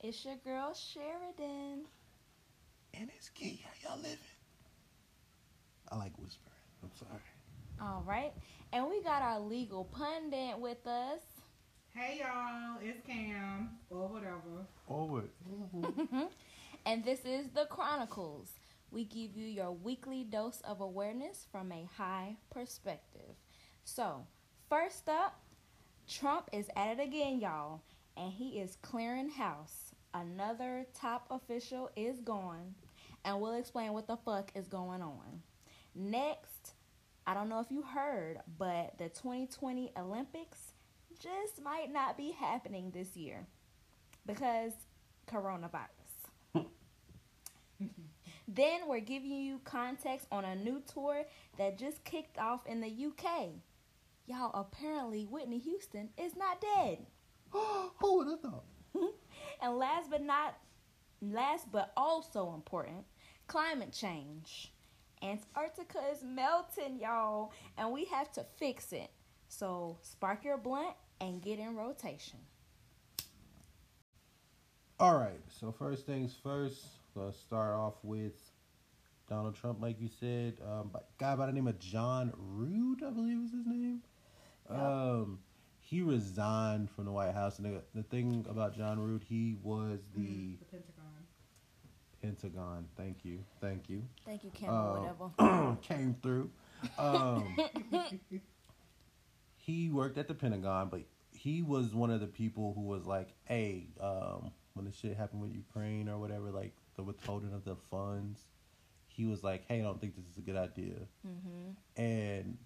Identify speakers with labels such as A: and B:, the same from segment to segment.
A: It's your girl Sheridan.
B: And it's Key. How y'all living? I like whispering. I'm sorry.
A: All right. And we got our legal pundit with us.
C: Hey y'all, it's Cam or whatever.
B: Forward.
A: and this is The Chronicles. We give you your weekly dose of awareness from a high perspective. So, first up, Trump is at it again, y'all, and he is clearing house. Another top official is gone, and we'll explain what the fuck is going on. Next, I don't know if you heard, but the 2020 Olympics just might not be happening this year because coronavirus. Then we're giving you context on a new tour that just kicked off in the UK. Y'all, apparently Whitney Houston is not dead.
B: Who would have thought?
A: And last but not last but also important, climate change. Antarctica is melting, y'all, and we have to fix it. So spark your blunt and get in rotation.
B: All right. So first things first. Let's start off with Donald Trump, like you said. Um, by- guy by the name of John Rood, I believe is his name. Um, he resigned from the White House, and the, the thing about John Rood, he was the
C: The Pentagon.
B: Pentagon. Thank you, thank you.
A: Thank you, Kim, or
B: Um,
A: whatever.
B: came through. Um, he worked at the Pentagon, but he was one of the people who was like, "Hey, um, when the shit happened with Ukraine or whatever, like the withholding of the funds, he was like, "Hey, I don't think this is a good idea." And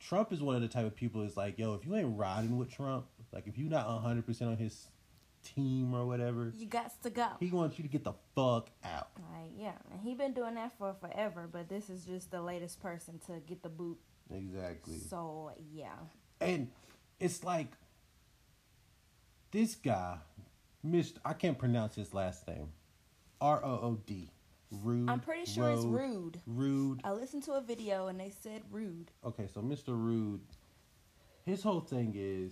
B: Trump is one of the type of people is like, "Yo, if you ain't riding with Trump, like if you're not 100 percent on his team or whatever,
A: You got to go.
B: he wants you to get the fuck out."
A: Like, yeah, and he been doing that for forever, but this is just the latest person to get the boot.
B: Exactly.
A: So yeah,
B: and it's like this guy, Mr. I can't pronounce his last name, R O O D, rude.
A: I'm pretty sure it's
B: Road,
A: rude.
B: Rude.
A: I listened to a video and they said rude.
B: Okay, so Mr. Rude, his whole thing is,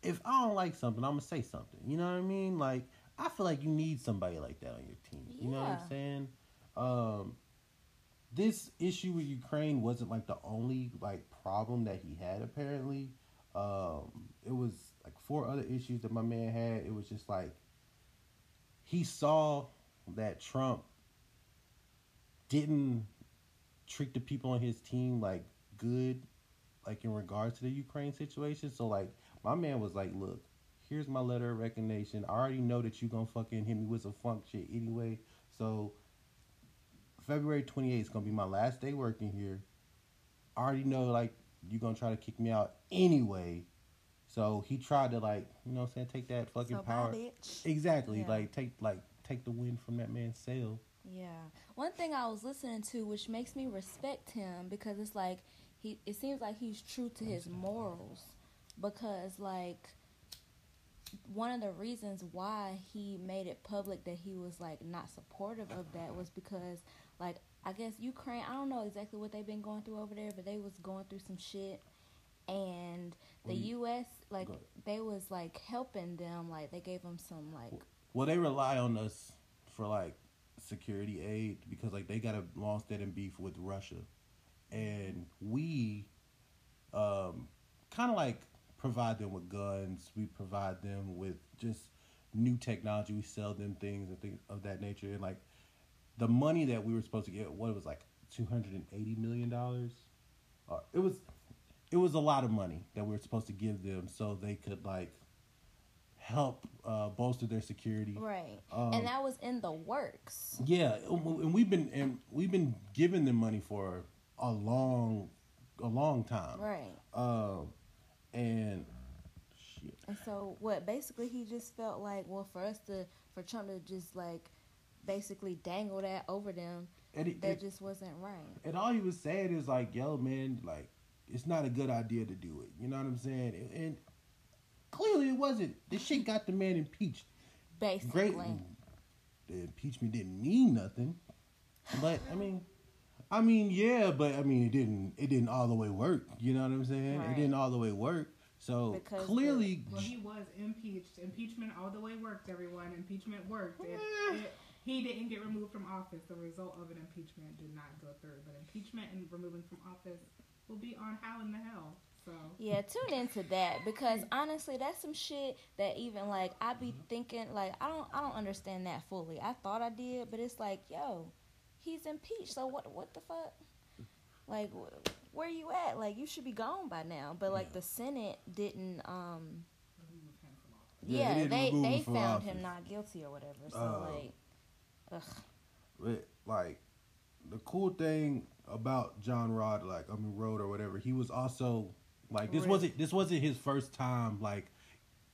B: if I don't like something, I'm gonna say something. You know what I mean? Like I feel like you need somebody like that on your team. You know what
A: Yeah.
B: I'm saying? Um, this issue with Ukraine wasn't like the only like problem that he had apparently. Um, it was like four other issues that my man had. It was just like he saw that Trump didn't treat the people on his team like good, like in regards to the Ukraine situation. So like my man was like, look. Here's my letter of recognition. I already know that you gonna fucking hit me with some funk shit anyway. So February 28th is going to be my last day working here. I already know, like, you're going to try to kick me out anyway. So he tried to, like, you know what I'm saying, take that fucking
A: so
B: power.
A: bye, bitch.
B: Exactly.
A: Yeah.
B: Like, take, like, take the wind from that man's sail.
A: Yeah. One thing I was listening to, which makes me respect him, because it's like he. It seems like he's true to his morals, because like one of the reasons why he made it public that he was like not supportive of that was because like I guess Ukraine. I don't know exactly what they've been going through over there, but they was going through some shit, and the
B: Well, you-
A: U.S. like
B: go ahead.
A: they was like helping them, like they gave them some like
B: Well, they rely on us for, like, security aid because, like, they got a long-standing beef with Russia. And we, um, kind of, like, provide them with guns. We provide them with just new technology. We sell them things and things of that nature. And, like, the money that we were supposed to get, what it was like two hundred and eighty million dollars. Uh, it was, it was a lot of money that we were supposed to give them so they could like help uh, bolster their security.
A: right,
B: Um,
A: and that was in the works.
B: Yeah, and we've been and we've been giving them money for a long, a long time.
A: Right.
B: Um, and shit.
A: And so what basically he just felt like, well, for us to for Trump to just like basically dangle that over them,
B: And it-
A: that
B: it-
A: just wasn't right.
B: and all he was saying is like, "Yo, man, like it's not a good idea to do it." You know what I'm saying? And, and clearly, it wasn't. This shit got the man impeached.
A: Basically.
B: Great, the impeachment didn't mean nothing. But I mean, I mean, yeah, but I mean, it didn't. It didn't all the way work. You know what I'm saying?
A: Right.
B: It didn't all the way work. So
A: Because the-
B: clearly,
C: Well, he was impeached. Impeachment all the way worked, everyone. Impeachment worked. It, it, he didn't get removed from office. The result of an impeachment did not go through. But impeachment and removing from office will be on how in the hell. So
A: Yeah, tune into that because
B: Mm.
A: honestly, that's some shit that even like I be
B: Mm-hmm.
A: thinking like I don't I don't understand that fully. I thought I did, but it's like, yo, he's impeached. So what what the fuck? Like wh- where you at? Like you should be gone by now. But like
B: Yeah.
A: the Senate didn't um
C: remove him from office.
B: Yeah,
A: yeah,
B: they didn't
A: they
B: remove
A: they,
B: him from
A: found him
B: office.
A: not guilty or whatever. So
B: Uh,
A: like
B: li- like the cool thing about John Rod, like I mean Rod or whatever, he was also like this
A: Right.
B: wasn't this wasn't his first time like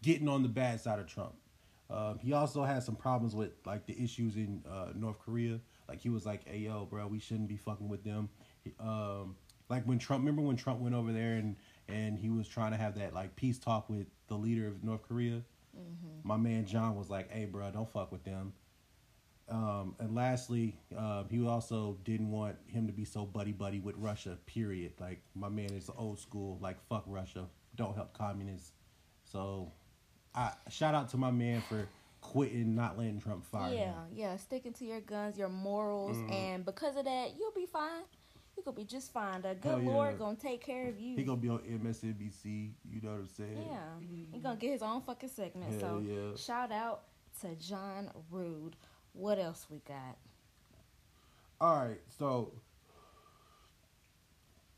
B: getting on the bad side of Trump. Um, he also had some problems with like the issues in uh, North Korea. Like he was like, "Hey yo, bro, we shouldn't be fucking with them." He- Um, like when Trump, remember when Trump went over there and and he was trying to have that like peace talk with the leader of North Korea. My man John was like, "Hey, bro, don't fuck with them." Um, and lastly, um, he also didn't want him to be so buddy buddy with Russia. Period. Like my man is old school. Like fuck Russia. Don't help communists. So, I shout out to my man for quitting, not letting Trump fire
A: yeah,
B: him. Mm.
A: yeah, sticking to your guns, your morals, and because of that, you'll be fine. You could be just fine. The
B: Hell
A: good
B: yeah.
A: Lord gonna take care of you.
B: He gonna be on MSNBC. You know what I'm saying?
A: Yeah, he gonna get his own fucking segment.
B: Mm-hmm. Hell
A: so
B: yeah.
A: shout out to John Rude. What else we got?
B: All right. So,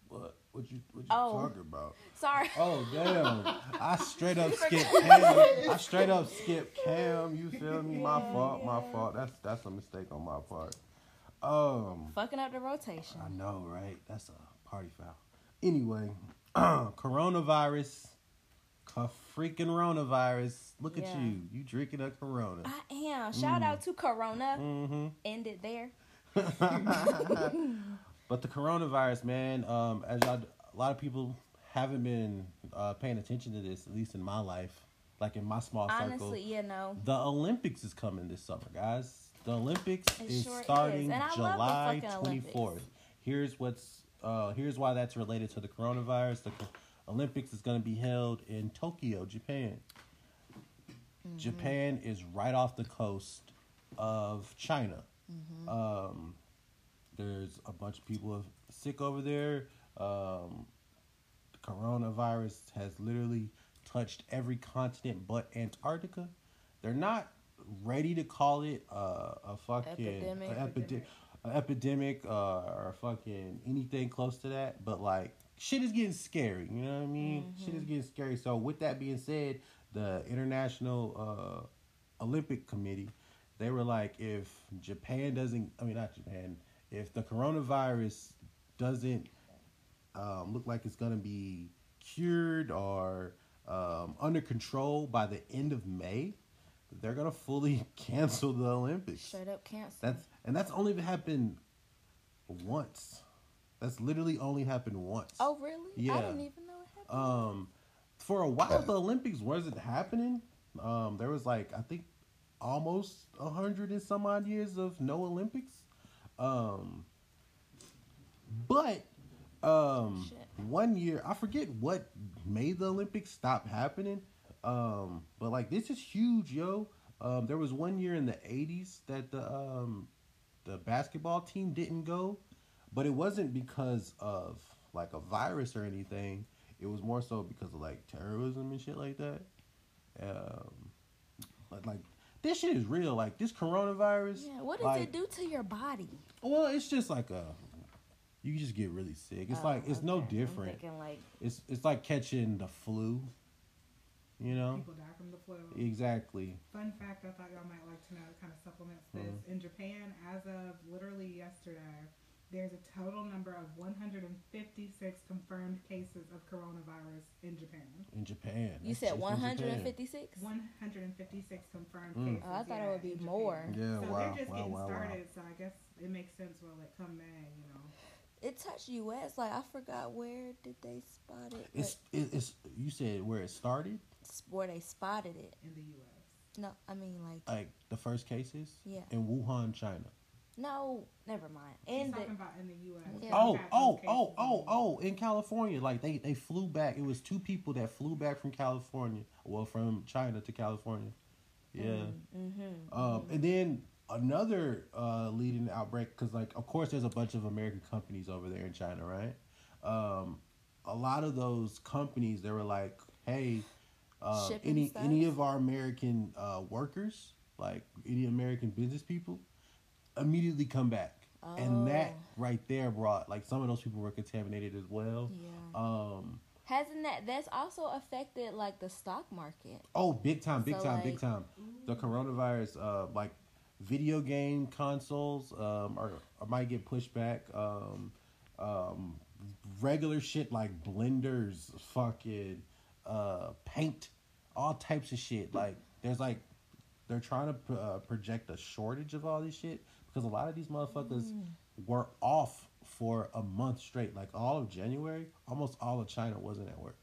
B: what? What you? What you
A: Oh.
B: talking about?
A: Sorry,
B: Oh damn! I straight up skip Cam. I straight up skip Cam. You feel me? My
A: Yeah,
B: fault. My
A: yeah.
B: fault. That's that's a mistake on my part. Um,
A: fucking up the rotation.
B: I know, right? That's a party foul. Anyway, coronavirus, a freaking coronavirus. Look at
A: Yeah.
B: you. You drinking a Corona.
A: I am.
B: Mm.
A: Shout out to Corona.
B: Mm-hmm.
A: End it there.
B: But the coronavirus, man, um, as y'all, a lot of people haven't been uh, paying attention to this, at least in my life, like in my small circle.
A: Honestly, you know,
B: The Olympics is coming this summer, guys. The Olympics
A: It
B: is
A: sure is.
B: starting
A: And I love the
B: July
A: fucking
B: twenty
A: Olympics.
B: fourth. Here's what's uh, here's why that's related to the coronavirus. The co- Olympics is going to be held in Tokyo, Japan.
A: Mm-hmm.
B: Japan is right off the coast of China. Um, there's a bunch of people sick over there. Um, coronavirus has literally touched every continent but Antarctica. They're not ready to call it uh, a fucking
A: Epidemic.
B: a epide- a epidemic uh, or fucking anything close to that, but like shit is getting scary. You know what I mean? Shit is getting scary. So with that being said, the International uh, Olympic Committee, they were like, if Japan doesn't, I mean not Japan, if the coronavirus doesn't um, look like it's gonna be cured or um, under control by the end of May, they're gonna fully cancel the Olympics.
A: straight up cancel.
B: That's and that's only happened once. That's literally only happened once.
A: oh really? I
B: Yeah.
A: didn't even know it happened.
B: Um, for a while the Olympics wasn't happening. Um, there was like I think almost a hundred and some odd years of no Olympics. Um, but um,
A: Shit.
B: one year I forget what made the Olympics stop happening. Um, but like this is huge, yo. Um, there was one year in the '80s that the um, the basketball team didn't go, but it wasn't because of like a virus or anything. It was more so because of like terrorism and shit like that. Um, like, like this shit is real. Like this coronavirus.
A: yeah, what does
B: like,
A: it do to your body?
B: Well, it's just like a. You just get really sick. It's
A: Oh,
B: like it's no
A: okay.
B: different.
A: I'm thinking like
B: It's it's like catching the flu. You know
C: People die from the flu.
B: exactly.
C: Fun fact I thought y'all might like to know, it kind of supplements this. In Japan, as of literally yesterday, there's a total number of 156 confirmed cases of coronavirus in Japan.
B: In Japan,
A: you
B: That's
A: said
B: just in
A: 156.
C: 156 confirmed
B: Mm.
C: cases.
A: Oh, I thought it
C: yeah,
A: would be
C: in Japan.
A: more.
B: Yeah,
C: so
B: wow,
C: they're just
B: wow,
C: getting
B: wow, wow.
C: started, so I guess it makes sense where like come May, you know.
A: It touched U.S. Like I forgot where did they spot it? but-
B: It's it, it's you said where it started,
A: s- where they spotted it.
C: in the U.S.
A: No, I mean like
B: Uh, like the first cases
A: Yeah.
B: in Wuhan, China.
A: No, never mind.
C: She's
A: And
C: talking
A: the,
C: about in the U.S.
A: Yeah.
B: Oh,
C: We've had
B: oh,
C: those cases
B: oh, oh,
C: in-
B: oh! In California, like they they flew back. It was two people that flew back from California, well, from China to California. Yeah.
A: mm-hmm.
B: Um, and then another uh, leading outbreak because, like, of course, there's a bunch of American companies over there in China, right? Um, a lot of those companies, they were like, "Hey, uh,
A: Shipping
B: any
A: stuff?
B: any of our American uh, workers, like any American business people, immediately come back." And that right there brought like some of those people were contaminated as well.
A: yeah.
B: Um,
A: Hasn't that that's also affected like the stock market?
B: Oh, big time, big
A: So,
B: time,
A: like-
B: big
A: mm-hmm.
B: time. The coronavirus, uh, like video game consoles, um, are, are might get pushed back. Um, um, regular shit like blenders, fucking, uh, paint, all types of shit. Like there's like, they're trying to uh, project a shortage of all this shit because a lot of these motherfuckers
A: Mm.
B: were off for a month straight. Like all of January, almost all of China wasn't at work.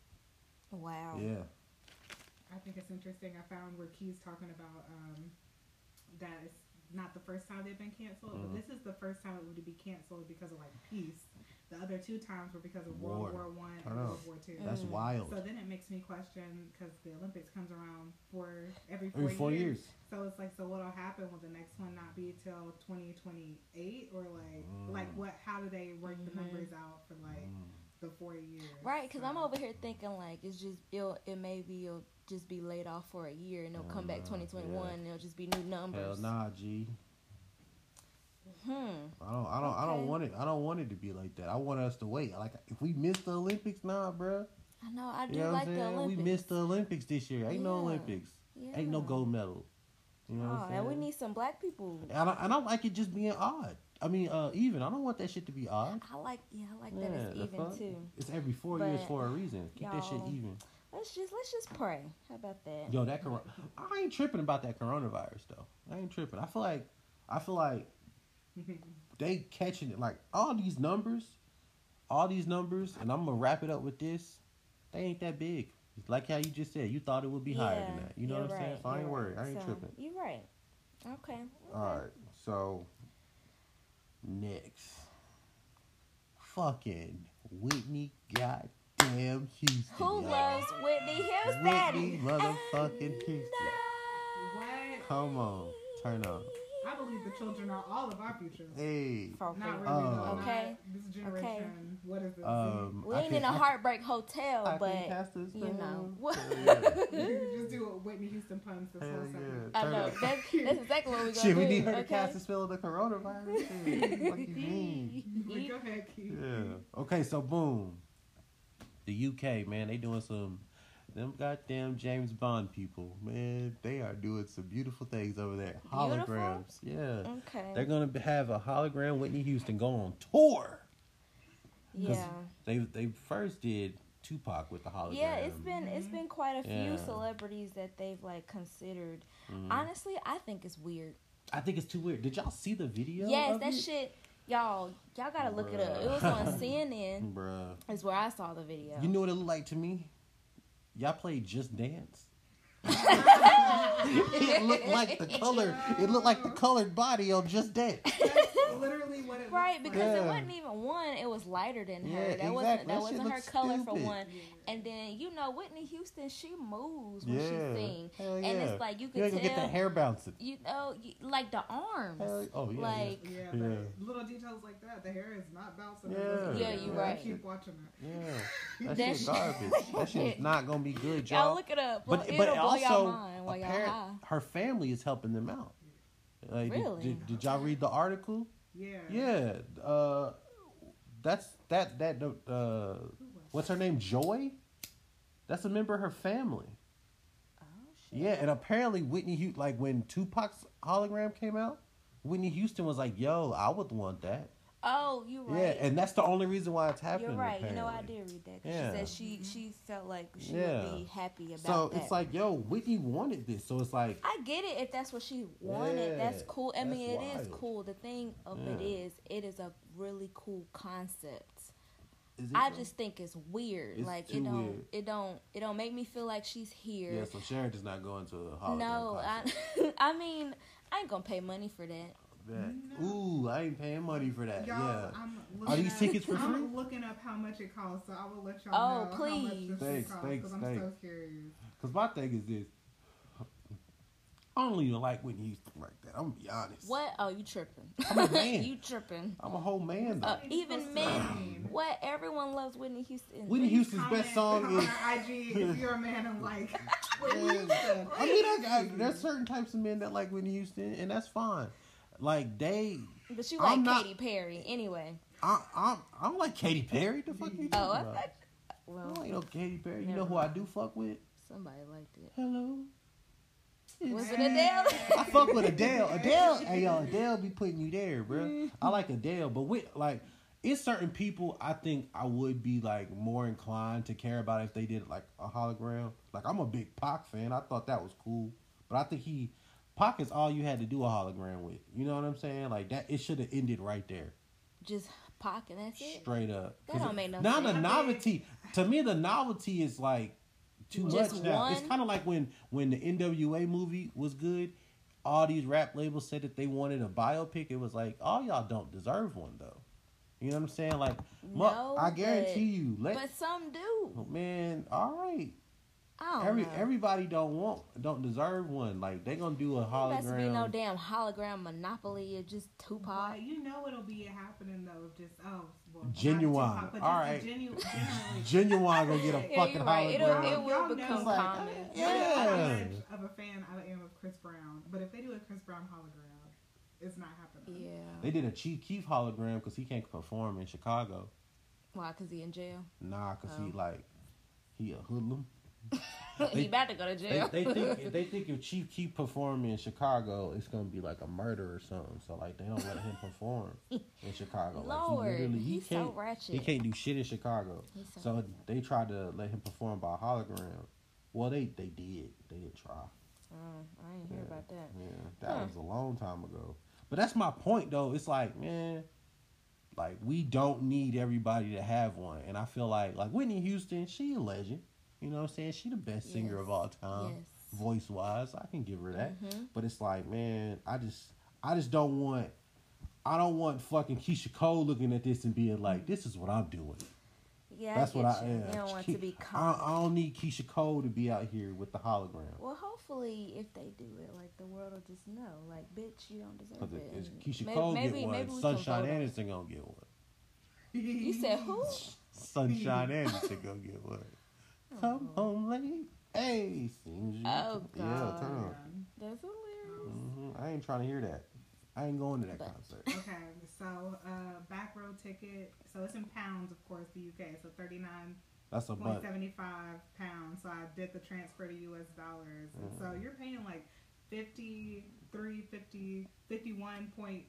A: Wow.
B: Yeah.
C: I think it's interesting. I found where Key's talking about um, that it's not the first time they've been canceled,
B: Mhm.
C: but this is the first time it would be canceled because of like peace. The other two times were because of
B: War.
C: World War One
B: Turn
C: and World
B: up.
C: War Two.
B: That's
A: Mm.
B: wild.
C: So then it makes me question because the Olympics comes around for every four,
B: Every four years.
C: So it's like, so what'll happen? Will the next one not be till twenty twenty eight or like,
B: Mm.
C: like what? How do they work
A: Mhm.
C: the numbers out for like the four years?
A: Right, because I'm
C: So-
A: over here thinking like it's just it'll, it maybe it'll just be laid off for a year and it'll come back
B: Mm,
A: 2021
B: yeah.
A: and it'll just be new
B: Hell
A: numbers.
B: nah, G.
A: Hmm.
B: I don't, I don't, I don't
A: Okay.
B: want it. I don't want it to be like that. I want us to wait. Like if we miss the Olympics, nah, bruh.
A: I know. I do
B: You know what
A: like
B: I'm
A: the
B: saying?
A: Olympics.
B: We missed the Olympics this year. Ain't no
A: Yeah.
B: Olympics.
A: yeah.
B: Ain't no gold medal. You know what
A: Oh,
B: I'm saying?
A: and we need some black people.
B: And I, and I like it just being odd. I mean, uh, even. I don't want that shit to be odd.
A: I like. Yeah, I like that
B: Yeah,
A: it's
B: the
A: even
B: fuck?
A: too.
B: It's every four years
A: But,
B: for a reason. Keep that shit
A: y'all-
B: even.
A: Let's just let's just pray. How about that?
B: Yo, that corona. I ain't tripping about that coronavirus though. I ain't tripping. I feel like, I feel like they catching it. Like all these numbers, all these numbers, and I'm gonna wrap it up with this. They ain't that big. Like how you just said, you thought it would be higher than
A: Yeah,
B: that. You know
A: you're
B: what I'm saying?
A: right,
B: So I ain't
A: you're
B: worried.
A: right.
B: I ain't
A: So,
B: tripping.
A: You're right. Okay.
B: All right. So next, fucking Whitney, goddamn Houston.
A: Who
B: y'all.
A: loves Whitney Houston?
B: Whitney motherfucking
A: And
B: Houston.
A: I-
C: What?
B: Come on, turn up.
C: I believe the children are all of our futures.
B: Hey.
A: For
C: Not
A: real.
C: really. though,
B: Uh,
C: not
A: Okay.
C: This generation. What is this?
B: Um,
A: we
B: I
A: ain't
B: can-
A: in a
B: I-
A: heartbreak hotel,
B: I can
A: but
B: cast this
A: you know.
B: spell.
A: What?
B: Hell yeah.
C: you just do a Whitney Houston puns this whole
B: Hell
C: second.
B: yeah.
A: I know.
B: Turn
A: That's, that's exactly what we're gonna
B: Shit,
A: do.
B: we need her to
A: okay?
B: cast the spell of the coronavirus. Shit. what you mean?
C: But Go ahead, Keith.
B: Yeah. Okay, so boom. The UK, man, they doing some them goddamn James Bond people, man. They are doing some beautiful things over there.
A: Beautiful?
B: Holograms. Yeah. They're
A: Okay.
B: gonna be- have a hologram Whitney Houston go on tour.
A: Yeah.
B: They they first did Tupac with the hologram.
A: Yeah, it's been it's been quite a few
B: Oh, Yeah.
A: celebrities that they've like considered.
B: Mhm.
A: Honestly, I think it's weird.
B: I think it's too weird. Did y'all see the video?
A: yes,
B: of
A: that
B: it?
A: shit, y'all, y'all gotta look it up. It was
B: Bruh.
A: on CNN.
B: Bruh.
A: Is where I saw the video.
B: You know what it looked like to me? Y'all played Just Dance. it looked like the color. It looked like the colored body on Just Dance.
C: That's literally what it
A: Right,
C: looks
A: because it
B: Yeah.
A: wasn't even one. It was lighter than her.
B: Yeah,
A: that
B: exactly.
A: wasn't that
B: That shit
A: wasn't her
B: looks
A: color for
B: stupid.
A: one. And then you know Whitney Houston, she moves when she sings,
B: Hell yeah.
A: and it's like you
B: you
A: can
B: ain't gonna get
A: tell.
B: that hair bouncing.
A: you know, you, like the arms.
B: Hell, oh yeah. yeah.
A: like
C: Yeah, but
B: Yeah.
C: little details like that. The hair is not bouncing.
B: Yeah.
A: Yeah, you right.
C: Keep watching it.
B: yeah. That,
A: That
B: shit
A: shit-
B: garbage. that shit is not gonna be good,
A: y'all,
B: y'all.
A: look it up.
B: but
A: It'll
B: but
A: blow y'all
B: also,
A: mind while y'all
B: apparent-
A: high.
B: her family is helping them out. Like, did-
A: Really?
B: Did, did y'all read the article?
C: Yeah.
B: Yeah, uh, that's that that uh, what's her name? Joy. That's a member of her family.
A: Oh shit.
B: Yeah, and apparently Whitney, Hu- like when Tupac's hologram came out, Whitney Houston was like, "Yo, I would want that."
A: Oh, you right.
B: Yeah, and that's the only reason why it's happening.
A: you're right. You know, I
B: apparently.
A: did read that. 'cause
B: Yeah.
A: She said she she felt like she
B: Yeah.
A: would be happy about
B: So
A: that.
B: it's like, yo, Whitney wanted this. So it's like,
A: I get it if that's what she wanted.
B: Yeah,
A: that's cool. I
B: that's
A: mean, it is
B: wild.
A: cool. The thing of it
B: Yeah.
A: is, it is a really cool concept.
B: is it
A: I
B: though?
A: just think it's weird.
B: It's
A: like
B: too
A: it don't,
B: weird.
A: it don't, it don't make me feel like she's here.
B: yeah. So Sharon does not go into a hologram.
A: no,
B: concert.
A: I, I mean, I ain't gonna pay money for that.
B: that.
C: No.
B: Ooh, I ain't paying money for that.
C: Y'all,
B: yeah.
C: I'm
B: Are
C: looking
B: these
C: up,
B: tickets for
C: I'm
B: free?
C: looking up how much it costs, so I will let y'all
A: Oh,
C: know how much
A: please.
C: this
B: Thanks,
C: costs
B: thanks,
C: because I'm so
B: thanks.
C: curious.
B: Because my thing is this. I don't even like Whitney Houston like that. I'm gonna be honest.
A: What? Oh, you tripping?
B: I'm a man.
A: you tripping?
B: I'm a whole man though.
A: Uh,
C: What are you
A: even
C: supposed to
A: men.
C: mean?
A: What? Everyone loves Whitney Houston.
B: Whitney
C: Please
B: Houston's
C: comment
B: best song
C: on
B: is.
C: our IG if you're a man and like Whitney
B: Man,
C: Houston.
B: I mean, I, I, there's certain types of men that like Whitney Houston, and that's fine. Like they,
A: But you like
B: I'm not-
A: Katy Perry anyway.
B: I, I'm, I'm like Katy Perry. The fuck you talking
A: Oh, I
B: about?
A: thought.
B: I
A: Well,
B: don't like no Katy Perry. You know
A: Never
B: who I do fuck with?
A: somebody liked it.
B: Hello.
A: Was
B: It's-
A: it Adele?
B: I fuck with Adele. Adele, hey yo, Adele be putting you there, bro. I like Adele, but with like, it's certain people I think I would be like more inclined to care about if they did like a hologram. Like I'm a big Pac fan. I thought that was cool, but I think he Pac is all you had to do a hologram with. You know what I'm saying? Like that, it should have ended right there,
A: Just pocket. That's it.
B: straight up.
A: That don't make no
B: Now
A: sense.
B: the novelty to me, the novelty is like too
A: Just
B: much now. It's
A: one?
B: kind of like when when the NWA movie was good. All these rap labels said that they wanted a biopic. It was like all y'all don't deserve one though. You know what I'm saying? Like, mu-
A: No,
B: I
A: but-
B: guarantee you, let Oh,
A: But some do.
B: man. All right,
A: I don't
B: every
A: know.
B: everybody don't want don't deserve one. Like they gonna do a
A: There must be
B: hologram.
A: no damn hologram monopoly. It's just Tupac.
C: But you know it'll be happening though. if Just oh, well, not
B: Genuine.
C: Tupac, but just
B: All
C: a
B: right.
C: Genuine. generally.
B: Genuine gonna get a
A: Yeah,
B: fucking
A: you're right. It'll-
B: hologram.
A: it will
C: Y'all know
A: become
B: like,
A: common.
B: uh, yeah.
C: How much of a fan I am of Chris Brown, but if they do a Chris Brown hologram, it's not happening.
A: Yeah.
B: They did a Chief Keef hologram because he can't perform in Chicago.
A: Why? Cause he in jail.
B: Nah, cause he
A: Oh.
B: like he a hoodlum.
A: he
B: They-
A: about to go to
B: They,
A: jail.
B: they think they think if Chief keep performing in Chicago, it's gonna be like a murder or something. So like they don't let him perform in Chicago.
A: Lord,
B: Oh, like, he literally he
A: he's so
B: can't
A: ratchet.
B: he can't do shit in Chicago.
A: He's so
B: So
A: ratchet.
B: they tried to let him perform by hologram. Well, they they did they did try.
A: Oh, I didn't hear
B: Yeah.
A: about that.
B: Yeah, that
A: Huh.
B: was a long time ago. But that's my point though. It's like, man, like we don't need everybody to have one. And I feel like like Whitney Houston, she a legend. You know what I'm saying? She the best singer of
A: Yes.
B: all time.
A: Yes.
B: Voice wise. I can give her that.
A: Mhm.
B: But it's like, man, I just I just don't want I don't want fucking Keisha Cole looking at this and being like, this is what I'm doing.
A: Yeah,
B: That's
A: I get
B: what I
A: you.
B: am.
A: You don't want
B: Ke-
A: to be
B: I,
A: caught.
B: I don't need Keisha Cole to be out here with the hologram.
A: Well, hopefully, if they do it, like the world will just know, like, bitch, you don't deserve
B: Because
A: it.
B: if
A: and
B: Keisha
A: may-
B: Cole
A: maybe-
B: get one,
A: maybe we can
B: Sunshine
A: vote on-
B: Anderson gonna get one.
A: You said who?
B: Sunshine Anderson gonna get one. Come
A: Oh,
B: home late. Hey, seems you.
A: Oh,
B: Yeah, turn
A: God.
B: on.
C: Yeah.
A: That's hilarious.
B: hmm I ain't trying to hear that. I ain't going to that
A: But-
B: concert.
C: Okay, so uh, back row ticket. So it's in pounds, of course, the UK. So thirty nine
B: That's a
C: point
B: butt.
C: seventy five pounds. So I did the transfer to US dollars. And so you're paying like 53, 50, 51.32.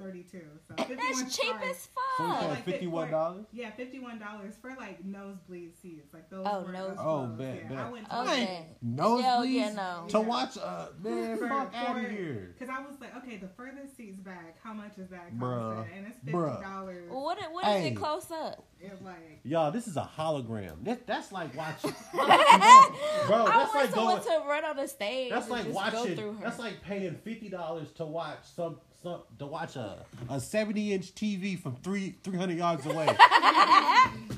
C: So 51
A: That's cheap
C: strikes.
A: as
B: So you
A: fuck.
B: paying
C: like,
B: fifty one dollars?
C: Yeah, fifty one dollars for like nosebleed seats. Like those.
A: Oh,
C: were
A: nose-
B: Oh,
C: close.
B: bet,
C: yeah,
B: bet.
C: I went to
A: Oh,
C: like,
A: bet.
B: No,
A: Yo,
B: please.
A: yeah, no.
B: To watch, uh, man,
C: For-
B: fuck out
C: for-
B: of here.
C: Cause I was like, okay, the furthest seats back, how much is that
B: Bruh.
C: costing? And it's fifty
B: Bruh.
C: dollars.
A: Well, what? What is
B: Hey.
A: it close up?
C: It's like
B: Y'all, this is a hologram. That, that's like watching. Bro,
A: I
B: that's
A: want
B: like
A: someone
B: going.
A: to run on the stage.
B: That's
A: and
B: like
A: just Go through
B: watching.
A: her.
B: That's like paying fifty dollars to watch some some to watch a a seventy inch TV from three three hundred yards away.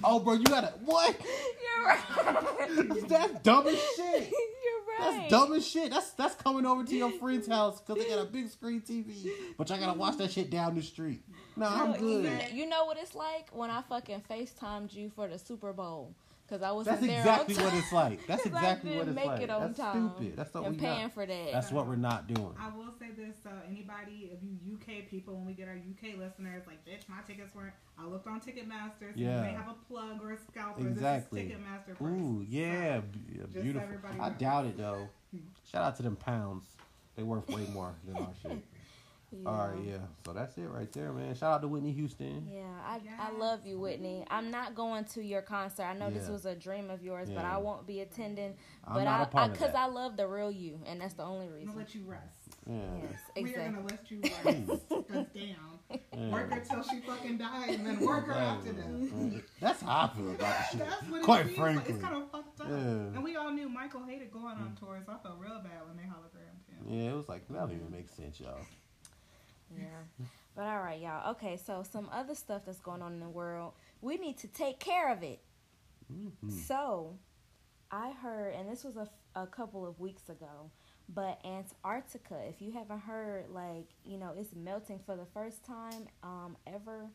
B: oh, bro, you gotta what?
A: You're right.
B: That's dumb as shit.
A: You're right.
B: That's dumb as shit. That's that's coming over to your friend's house because they got a big screen TV, but y'all gotta watch that shit down the street. No, I'm
A: No, you
B: good.
A: kn- You, know what it's like when I fucking FaceTimed you for the Super Bowl because I wasn't
B: That's
A: there.
B: exactly
A: on time.
B: what it's like. That's
A: 'Cause I
B: exactly what
A: didn't make
B: it's like.
A: it on
B: That's
A: time.
B: stupid. That's what
A: and
B: we
A: paying
B: not.
A: for that.
B: That's what we're not doing.
C: I will say this, so anybody, if you UK people, when we get our UK listeners, like, bitch, my tickets weren't. I looked on Ticketmaster. So
B: Yeah.
C: You may have a plug or a scalper.
B: Exactly.
C: This is Ticketmaster. price.
B: Ooh, yeah, b- yeah,
C: so
B: beautiful.
C: everybody
B: I
C: knows.
B: doubt it though. Shout out to them pounds. They worth way more than our shit.
A: Yeah.
B: All right, yeah. So that's it right there, man. Shout out to Whitney Houston.
A: Yeah, I, I love you, Whitney. I'm not going to your concert. I know this
B: Yeah.
A: was a dream of yours, but
B: Yeah.
A: I won't be attending.
B: I'm
A: But
B: not
A: I,
B: a part
A: I,
B: of
A: cause
B: that.
A: I love the real you, and that's the only
C: I'm going to
A: reason.
C: let you rest.
B: Yeah.
A: Yes,
C: We are
A: exactly.
C: going to let you rest. Because damn.
B: yeah.
C: Work her till she fucking dies and then work her after that.
B: Yeah. That's how I feel about the shit.
C: That's what it
B: Quite
C: seems
B: frankly.
C: Like. It's kind of fucked up.
B: Yeah. Mm.
C: And we all knew Michael hated going on tours. I felt real bad when they hologrammed him.
B: Yeah, it was like that don't even make sense, y'all.
A: Yeah. But all right, y'all. Okay, so some other stuff that's going on in the world, we need to take care of it.
B: Mhm.
A: So, I heard, and this was a, f- a couple of weeks ago, but Antarctica, if you haven't heard, like, you know, it's melting for the first time um, ever.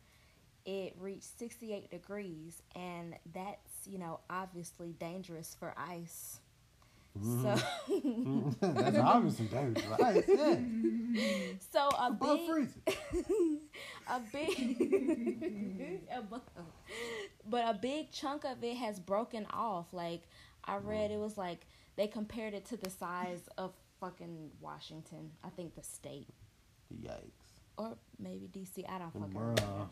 A: It reached 68 degrees, and that's, you know, obviously dangerous for ice. So,
B: That's obviously dangerous. Right? Yeah.
A: so a
B: Above
A: big,
B: freezing.
A: a big above. but a big chunk of it has broken off like i read it was like they compared it to the size of fucking washington i think the state
B: Yikes.
A: or maybe dc i don't fucking remember
B: Bruh.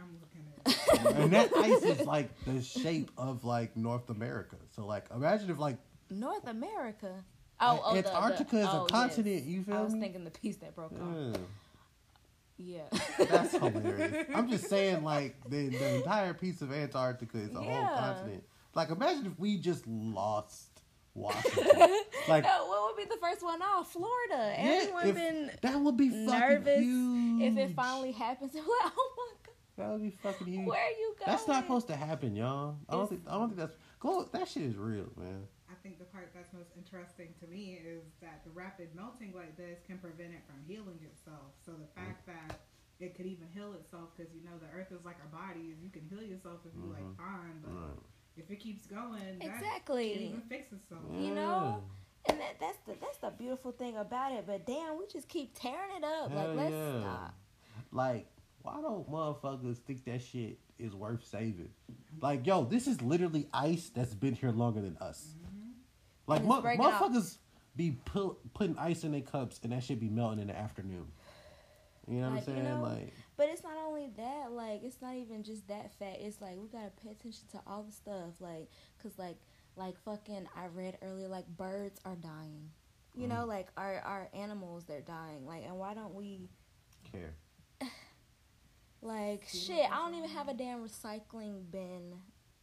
C: I'm looking at it.
B: and that ice is like the shape of like North America. So like imagine if like
A: north america oh,
B: A-
A: oh the- the-
B: Antarctica is a
A: oh, yes.
B: continent, you
A: i
B: feel
A: was
B: me?
A: thinking the piece that broke off
B: Ugh,
A: yeah
B: that's hilarious. I'm just saying like the, the entire piece of Antarctica is a whole
A: Yeah.
B: continent. Like imagine if we just lost Washington. like
A: No, what would be the first one off? Florida.
B: yeah,
A: Everyone's
B: if-
A: been
B: that would be fucking
A: nervous
B: huge.
A: if it finally happens. Well, oh my god,
B: that would be fucking huge.
A: where are you going?
B: That's not supposed to happen, y'all. I don't
A: It's-
B: think I don't think that's go that shit is real, man.
C: I think the part that's most interesting to me is that the rapid melting like this can prevent it from healing itself. So
B: Mm.
C: the fact that it could even heal itself, because you know the Earth is like a body, and you can heal yourself if you like
B: Mhm.
C: fine, but
B: Right.
C: if it keeps going, that
A: Exactly.
C: can't even fix itself.
A: You know? And that, that's the that's the beautiful thing about it. But damn, we just keep tearing it up.
B: Hell
A: like let's
B: yeah.
A: stop.
B: Like, why don't motherfuckers think that shit is worth saving? Like, yo, this is literally ice that's been here longer than us. Like,
A: Mm-hmm. And it's
B: mo-
A: breaking out.
B: motherfuckers be pu- putting ice in their cups and that shit be melting in the afternoon. You know what
A: Like,
B: I'm
A: you
B: saying?
A: know,
B: like,
A: But it's not only that. Like it's not even just that fact. It's like we gotta pay attention to all the stuff. Like cause like like fucking I read earlier like birds are dying. You
B: Mm.
A: know like our our animals they're dying. Like and why don't we
B: care.
A: like
C: See
A: shit?
C: what
A: I
C: I'm
A: don't even have a damn recycling bin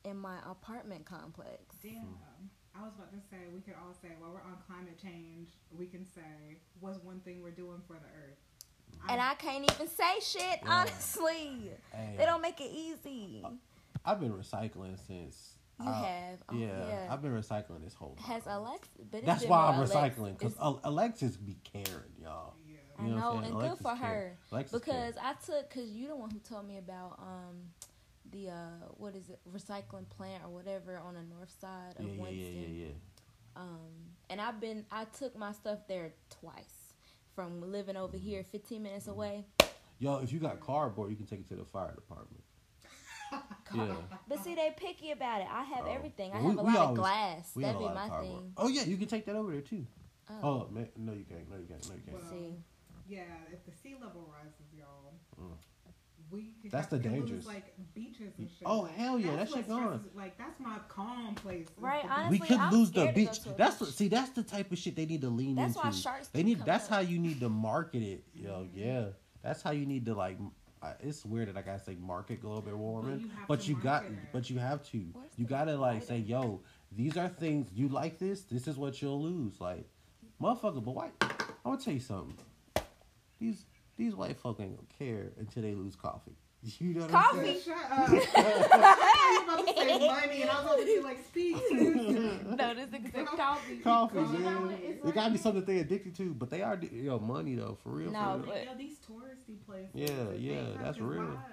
A: in my apartment complex.
C: Damn.
B: Hmm.
C: I was about to say we could all say while we're on climate change, we can say what's one thing we're doing for the Earth.
B: Hmm.
A: And I can't even say shit
B: Yeah.
A: honestly.
B: Hey,
A: They don't make it easy.
B: I've been recycling since.
A: You
B: I-
A: have. Oh,
B: Uh, yeah,
A: yeah.
B: I've been recycling this whole.
A: Has
B: time.
A: Alexa? But it's
B: That's
A: been
B: why
A: more
B: I'm
A: Alex-
B: recycling because
A: it's-
B: Alexis be caring, y'all.
C: yeah.
A: I
B: You know
A: know,
B: what I'm
A: and
B: saying?
A: good for
B: Alexis care.
A: her
B: Alexis care.
A: because I took because you the one who told me about um the uh what is it recycling plant or whatever on the north side of
B: yeah, yeah,
A: Winston.
B: yeah, yeah, yeah.
A: Um, and I've been I took my stuff there twice from living over
B: Mm-hmm.
A: here, fifteen minutes away.
B: Yo, if you got cardboard, you can take it to the fire department.
A: Car-
B: Yeah.
A: But see, they picky about it. I have
B: Uh-huh. Oh.
A: everything. I
B: Well,
A: have
B: we-
A: a
B: we
A: lot of
B: always-
A: glass.
B: We had
A: That'd be
B: a lot
A: my
B: of cardboard.
A: thing.
B: Oh yeah, you can take that over there too.
A: Oh,
B: Oh, man, no, you can't. No, you can't. No, you can't.
C: Well,
A: see,
C: Yeah, if the sea level rises, y'all,
B: Mm.
C: we could
B: That's
C: have
B: the
C: to lose,
B: dangerous.
C: like beaches and shit.
B: Oh
C: Like,
B: hell yeah, that
C: that's
B: shit
C: what
B: gone.
C: stresses- Like that's my calm place. is
A: Right,
C: the-
A: honestly-
B: We could
A: I'm
B: lose the
A: scared to go
B: beach.
A: to a
B: That's
A: beach.
B: what- see, that's the type of shit they need to lean
A: that's
B: into.
A: why sharks.
B: they
A: keep
B: need.
A: coming
B: That's
A: up. Mm-hmm.
B: how you need to market it, yo. Yeah, that's how you need to like. I, it's weird that I gotta say market global warming,
C: you have
B: but
C: to
B: you got,
C: market it.
B: but you have to.
A: Where's
B: you
A: the
B: gotta like say,
A: lighter?
B: yo, these are things you like. This, this is what you'll lose, like, motherfucker. But white, I'm gonna tell you something. These these white folk ain't gonna care until they lose coffee. You know what I'm
A: Coffee?
B: saying?
C: Shut up! I thought you were about to say money, and I was about to be like, speak.
A: No, this is the coffee.
B: Coffee,
C: Coffee,
B: man.
C: it's
B: It gotta be
C: like-
B: something they addicted to, but they are yo money though, for real.
A: No,
B: for real.
A: but-
C: Like, yo, these touristy places.
B: Yeah,
C: like, they
B: yeah,
C: have
B: that's
C: this
B: real.
C: vibe.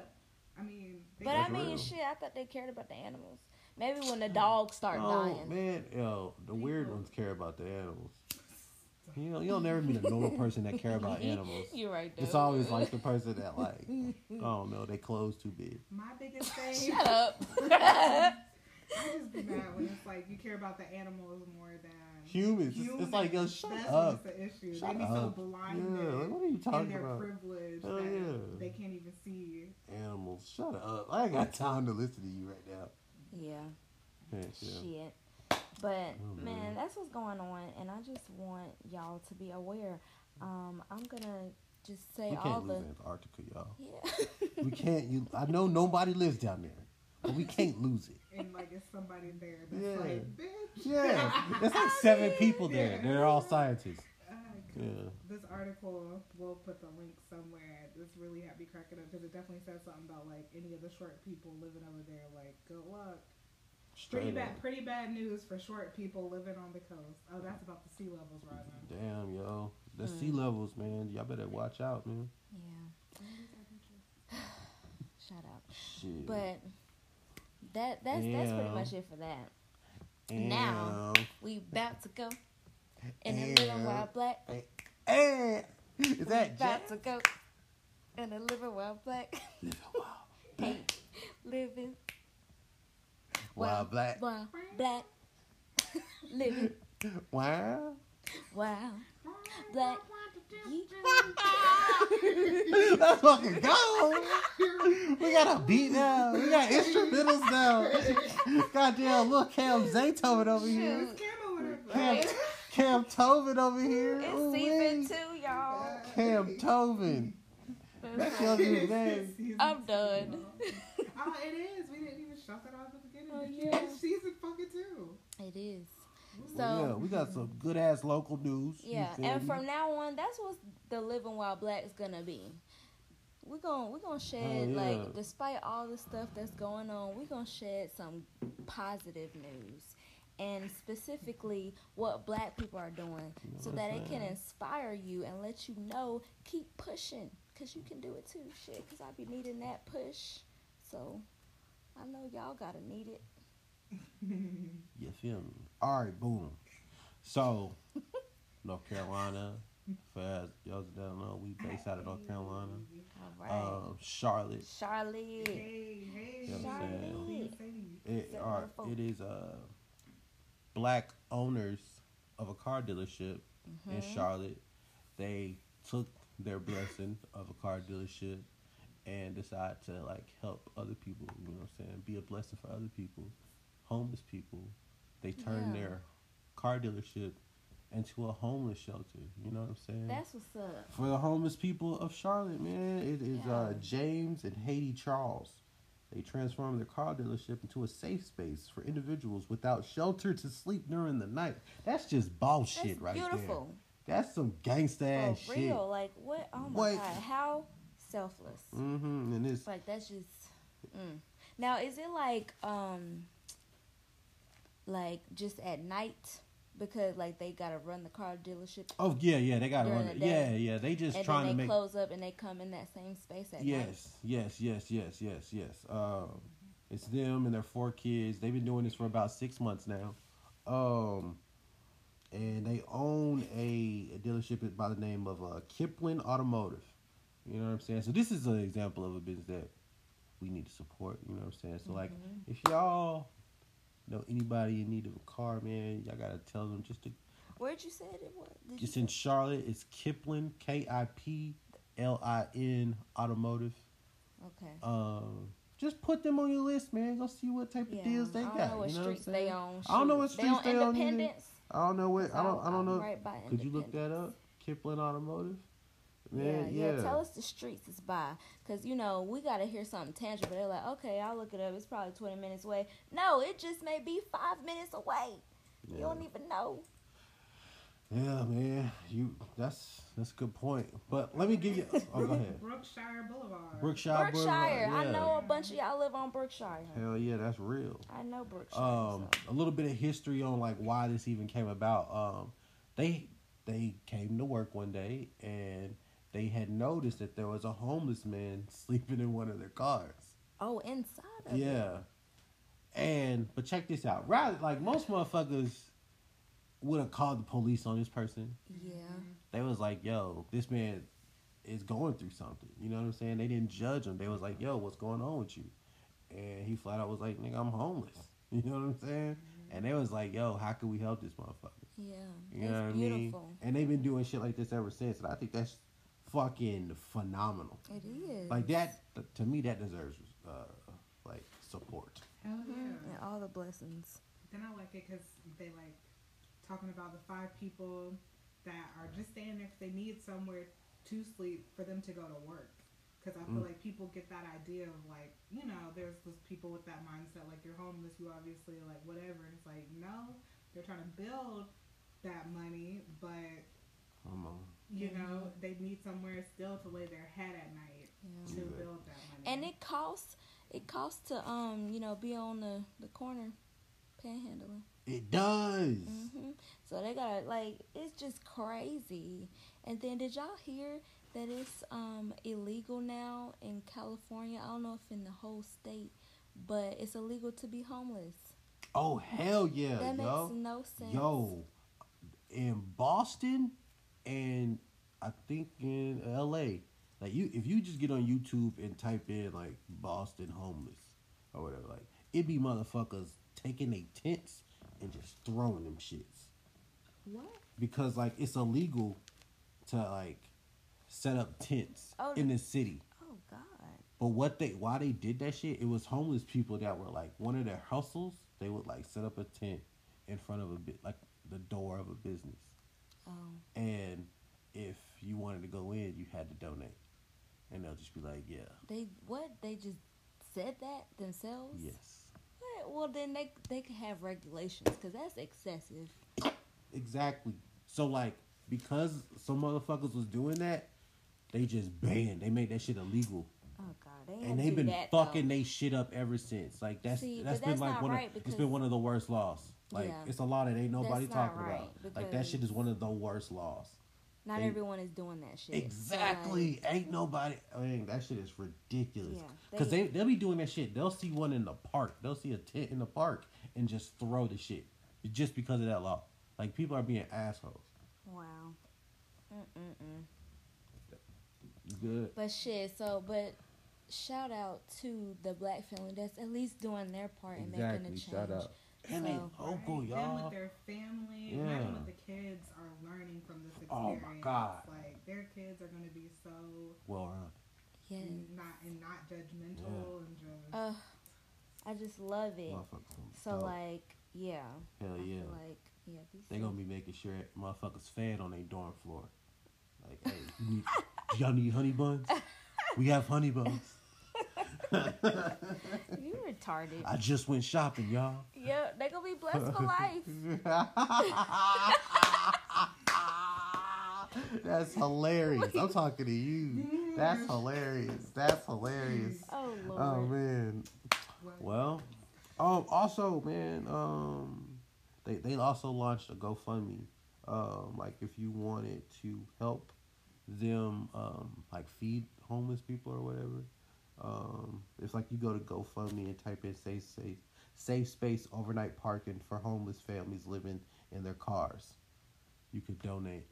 C: I mean, they
A: But
B: That's
A: I mean,
B: real.
A: shit. I thought they cared about the animals. Maybe when the dogs start
B: Oh
A: dying.
B: man, yo, the weird
C: People.
B: ones care about the animals. You know, you'll never meet a normal person that care about animals.
A: You're right. Though.
B: It's always like the person that like, I don't know, they clothes too big.
C: my biggest thing.
A: Shut up.
C: I just be mad when it's like you care about the animals more than
B: Humans, it's- it's like yo, shut
C: That's when
B: up.
C: it's the issue.
B: Shut
C: they be so
B: up.
C: blinded
B: Yeah, like what are you
C: in
B: talking
C: their
B: about?
C: privilege
B: Hell
C: that
B: yeah.
C: they can't even see.
B: Animals, shut up. I ain't got time to listen to you right now.
A: yeah,
B: Heck, yeah.
A: Shit. But
B: Oh,
A: man,
B: man.
A: that's what's going on, and I just want y'all to be aware. Um, I'm gonna just say
B: We
A: all
B: can't
A: the
B: lose Antarctica, y'all.
A: yeah.
B: We can't. You, I know nobody lives down there, but we can't lose it.
C: And like it's somebody there that's
B: Yeah.
C: like, bitch.
B: Yeah, there's like seven people there. They're all scientists.
C: Uh,
B: Yeah.
C: This article, we'll put the link somewhere. This really had me cracking up because it definitely said something about like any of the short people living over there. Like, good luck. Pretty
B: Straight
C: bad,
B: up.
C: pretty bad news for short people living on the coast. Oh, that's about the sea levels rising.
B: Damn, yo. The
A: Mm.
B: sea levels, man. Y'all better watch out, man.
A: Yeah. Shut up.
B: Shit.
A: But that that's that's pretty
B: Yeah.
A: much it for that. now-
B: Damn.
A: We about to go in the living
B: Yeah.
A: wild black.
B: Hey, is
A: We
B: that
A: about
B: Jack?
A: to go in the living wild black.
B: Living wild,
A: hey, living
B: wild black.
A: wild black. living
B: Wow.
A: wild. Black.
B: Let's fucking go. We got a beat now. We got instrumentals now. Goddamn, look, Cam Zaytoven over here.
A: Shoot.
B: Cam, Cam Tovin over here. Ooh,
A: It's
B: wee.
A: season two, y'all.
B: Cam Tovin. That's your new name.
A: I'm done.
C: Oh, it is. We didn't even shout that out at the beginning.
A: Oh,
C: Oh,
A: yeah.
C: yeah. Season fucking two.
A: It is.
B: Well,
A: So-
B: yeah, we got some good ass local news. you
A: Yeah,
B: feel
A: and
B: me?
A: from now on, that's what the living while black is gonna be. We're gonna we're gonna shed
B: Oh, yeah.
A: like despite all the stuff that's going on, we're gonna shed some positive news. And specifically, what black people are doing, so that it can inspire you and let you know keep pushing, cause you can do it too. Shit, cause I be needing that push, so I know y'all gotta need it.
B: You feel me? All right, boom. So, North Carolina, for as y'all that don't know, we based out of North Carolina.
A: All right,
B: Um, Charlotte.
A: Charlotte.
C: Hey, hey.
B: You know what I'm
A: saying?
C: Sadie.
B: It,
A: Set
B: are,
A: my
B: it is uh, black owners of a car dealership in
A: Mm-hmm.
B: Charlotte. They took their blessing of a car dealership and decided to like help other people. You know what I'm saying? Be a blessing for other people, homeless people. They turned
A: Yeah.
B: their car dealership into a homeless shelter. You know what I'm saying?
A: That's what's up.
B: for the homeless people of Charlotte, man. It is uh,
A: Yeah.
B: James and Haiti Charles. They transformed their car dealership into a safe space for individuals without shelter to sleep during the night. That's just bullshit
A: That's
B: right
A: beautiful.
B: there. That's some gangsta ass
A: For
B: shit.
A: Oh, real, like what? Oh my
B: What?
A: god, how selfless!
B: Mm-hmm. And it's
A: Like that's just. Mm. Now, is it like um, like just at night because like they gotta run the car dealership
B: oh yeah, yeah. They gotta
A: During
B: run
A: the
B: it. Yeah,
A: day.
B: yeah. They just
A: and then
B: trying
A: they
B: to make
A: close up and they come in that same space at night.
B: yes, yes, yes, yes, yes, yes. Um, it's them and their four kids. They've been doing this for about six months now, um, and they own a, a dealership by the name of uh, Kipling Automotive. You know what I'm saying? So this is an example of a business that we need to support. You know what I'm saying? So like,
A: Mm-hmm.
B: if y'all know anybody in need of a car, man, y'all gotta tell them just to.
A: Where'd you say it was? Did
B: It's
A: you
B: in Charlotte. It's Kipling K I P L I N Automotive.
A: okay.
B: Um, just put them on your list, man. Go see what type of
A: Yeah,
B: deals they
A: I don't
B: got.
A: know what
B: you know
A: streets
B: what I'm
A: they
B: saying?
A: on.
B: I don't know
A: Shoot.
B: what streets they on either.
A: Independence.
B: I don't know what. I don't. I don't
A: I'm
B: know.
A: Right by
B: Could you look that
A: Independence.
B: up? Kipling Automotive.
A: Yeah,
B: Man,
A: yeah, Tell us the streets is by, cause you know we gotta hear something tangible. They're like, okay, I'll look it up. It's probably twenty minutes away. No, it just may be five minutes away. You
B: Yeah.
A: don't even know.
B: Yeah, man. You. That's that's a good point. But let me give you. Oh, go ahead.
C: Brookshire Boulevard.
B: Brookshire.
A: Berkshire.
B: Boulevard,
A: I
B: yeah.
A: know a bunch of y'all live on Berkshire.
B: Hell yeah, that's real.
A: I know Berkshire.
B: um
A: so.
B: a little bit of history on like why this even came about um they they came to work one day and they had noticed that there was a homeless man sleeping in one of their cars
A: Oh, inside. Of It.
B: yeah and but check this out rather like most motherfuckers would have called the police on this person
A: Yeah.
B: they was like yo this man is going through something you know what i'm saying they didn't judge him they was like yo what's going on with you and he flat out was like nigga i'm homeless you know what i'm saying
A: Mm-hmm.
B: and they was like yo how can we help this motherfucker
A: Yeah.
B: you know what
A: it's
B: i mean
A: beautiful.
B: and they've been doing shit like this ever since and i think that's fucking phenomenal
A: It is.
B: like that th- to me that deserves uh like support
C: Hell yeah.
A: And all the blessings.
C: Then I like it because they like talking about the five people that are just staying there 'cause they need somewhere to sleep for them to go to work. Because I
B: Mm.
C: feel like people get that idea of like, you know, there's those people with that mindset like you're homeless, you obviously like whatever. And it's like no, they're trying to build that money, but
B: I'm
A: Mm-hmm.
B: on.
C: You
A: Yeah.
C: know, they need somewhere still to lay their head at night
A: Yeah.
C: to
B: Yeah.
C: build that money.
A: And it costs it costs to um you know be on the the corner panhandling.
B: It does.
A: hmm So they got like it's just crazy. And then did y'all hear that it's um illegal now in California? I don't know if in the whole state, but it's illegal to be homeless.
B: Oh hell yeah,
A: that makes
B: yo,
A: no sense.
B: yo, in Boston, and I think in L.A. Like you, if you just get on YouTube and type in like Boston homeless or whatever, like it be motherfuckers taking their tents and just throwing them shits
A: what?
B: because like it's illegal to like set up tents
A: Oh,
B: in
A: no.
B: the city.
A: Oh God.
B: But what they why they did that shit, it was homeless people that were like one of their hustles, they would like set up a tent in front of a bit like the door of a business.
A: Oh.
B: And if you wanted to go in, you had to donate. And they'll just be like, Yeah,
A: They what? They just said that themselves.
B: yes.
A: What? Well, then they they can have regulations because that's excessive.
B: Exactly. So like because some motherfuckers was doing that, they just banned. They made that shit illegal.
A: Oh God. They
B: and
A: ain't
B: they've
A: do
B: been
A: that,
B: fucking
A: though.
B: they shit up ever since. Like that's
A: See,
B: that's
A: but
B: been
A: that's
B: like
A: not
B: one
A: right
B: of it's
A: because-
B: been one of the worst laws. Like
A: Yeah.
B: it's a law that ain't nobody
A: That's not
B: talking
A: right,
B: about. Like that shit
A: because-
B: is one of the worst laws.
A: Not
B: they-
A: everyone is doing that shit.
B: Exactly, ain't nobody. I mean, that shit is ridiculous.
A: Yeah, they-
B: Because they they'll be doing that shit. They'll see one in the park. They'll see a tent in the park and just throw the shit just because of that law. Like people are being assholes.
A: Like, wow. Mm-mm-mm.
B: You good?
A: But shit. So, but shout out to the black family that's at least doing their part in making a
B: exactly.
A: change.
B: Shout out. And they
A: So-
B: local,
C: Right? Them
B: Oh, y'all.
C: with their family.
B: Yeah.
C: Imagine what the kids are learning from this
B: Oh, my
C: experience.
B: God.
C: Like their kids are going to be so
B: Well, uh, rounded.
A: Yeah.
C: not and not judgmental and just
A: Uh, I just love it.
B: motherfuckers.
A: So
B: dope.
A: like, yeah.
B: hell
A: I
B: Oh, yeah.
A: feel like yeah. these
B: They gonna be making sure motherfuckers fed on their dorm floor. Like, hey, you need, do y'all need honey buns? We have honey buns.
A: things- you retarded.
B: I just went shopping, y'all.
A: yeah, they gonna be blessed for life.
B: That's hilarious. I'm talking to you. That's hilarious. That's hilarious.
A: Oh lord.
B: Oh man.
A: Oh.
C: what-
B: Well, um, also, man, um, they they also launched a GoFundMe. Um, like if you wanted to help them, um, like feed homeless people or whatever. Um, it's like you go to GoFundMe and type in safe safe safe space overnight parking for homeless families living in their cars. You could donate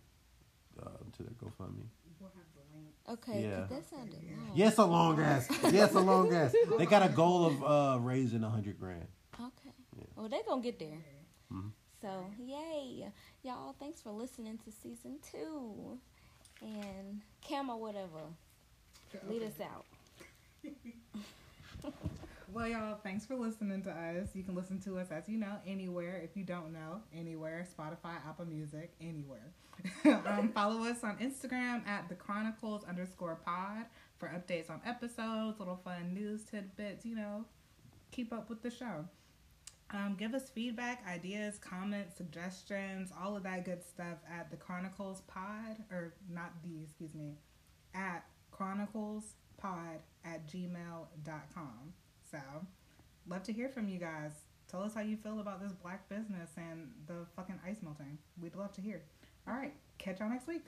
B: um, to their GoFundMe.
C: we'll have the link.
A: Okay, 'cause
B: Yeah.
A: that sounded long.
B: Yes, a long ass. Yes, a long ass. They got a goal of uh, raising a hundred grand.
A: Okay.
B: Yeah.
A: Well, they're going to get there.
C: Okay.
A: So, yay. Y'all, thanks for listening to season two. And Camo, whatever, lead
C: Okay.
A: us out.
C: Well, y'all, thanks for listening to us. You can listen to us, as you know, anywhere. If you don't know, anywhere Spotify, Apple Music, anywhere. um, follow us on Instagram at the Chronicles underscore pod for updates on episodes, little fun news tidbits, you know, keep up with the show. Um, give us feedback, ideas, comments, suggestions, all of that good stuff at the Chronicles Pod, or not the, excuse me, at chroniclespod at gmail.com. So, love to hear from you guys. Tell us how you feel about this black business and the fucking ice melting. We'd love to hear. All right, catch y'all next week.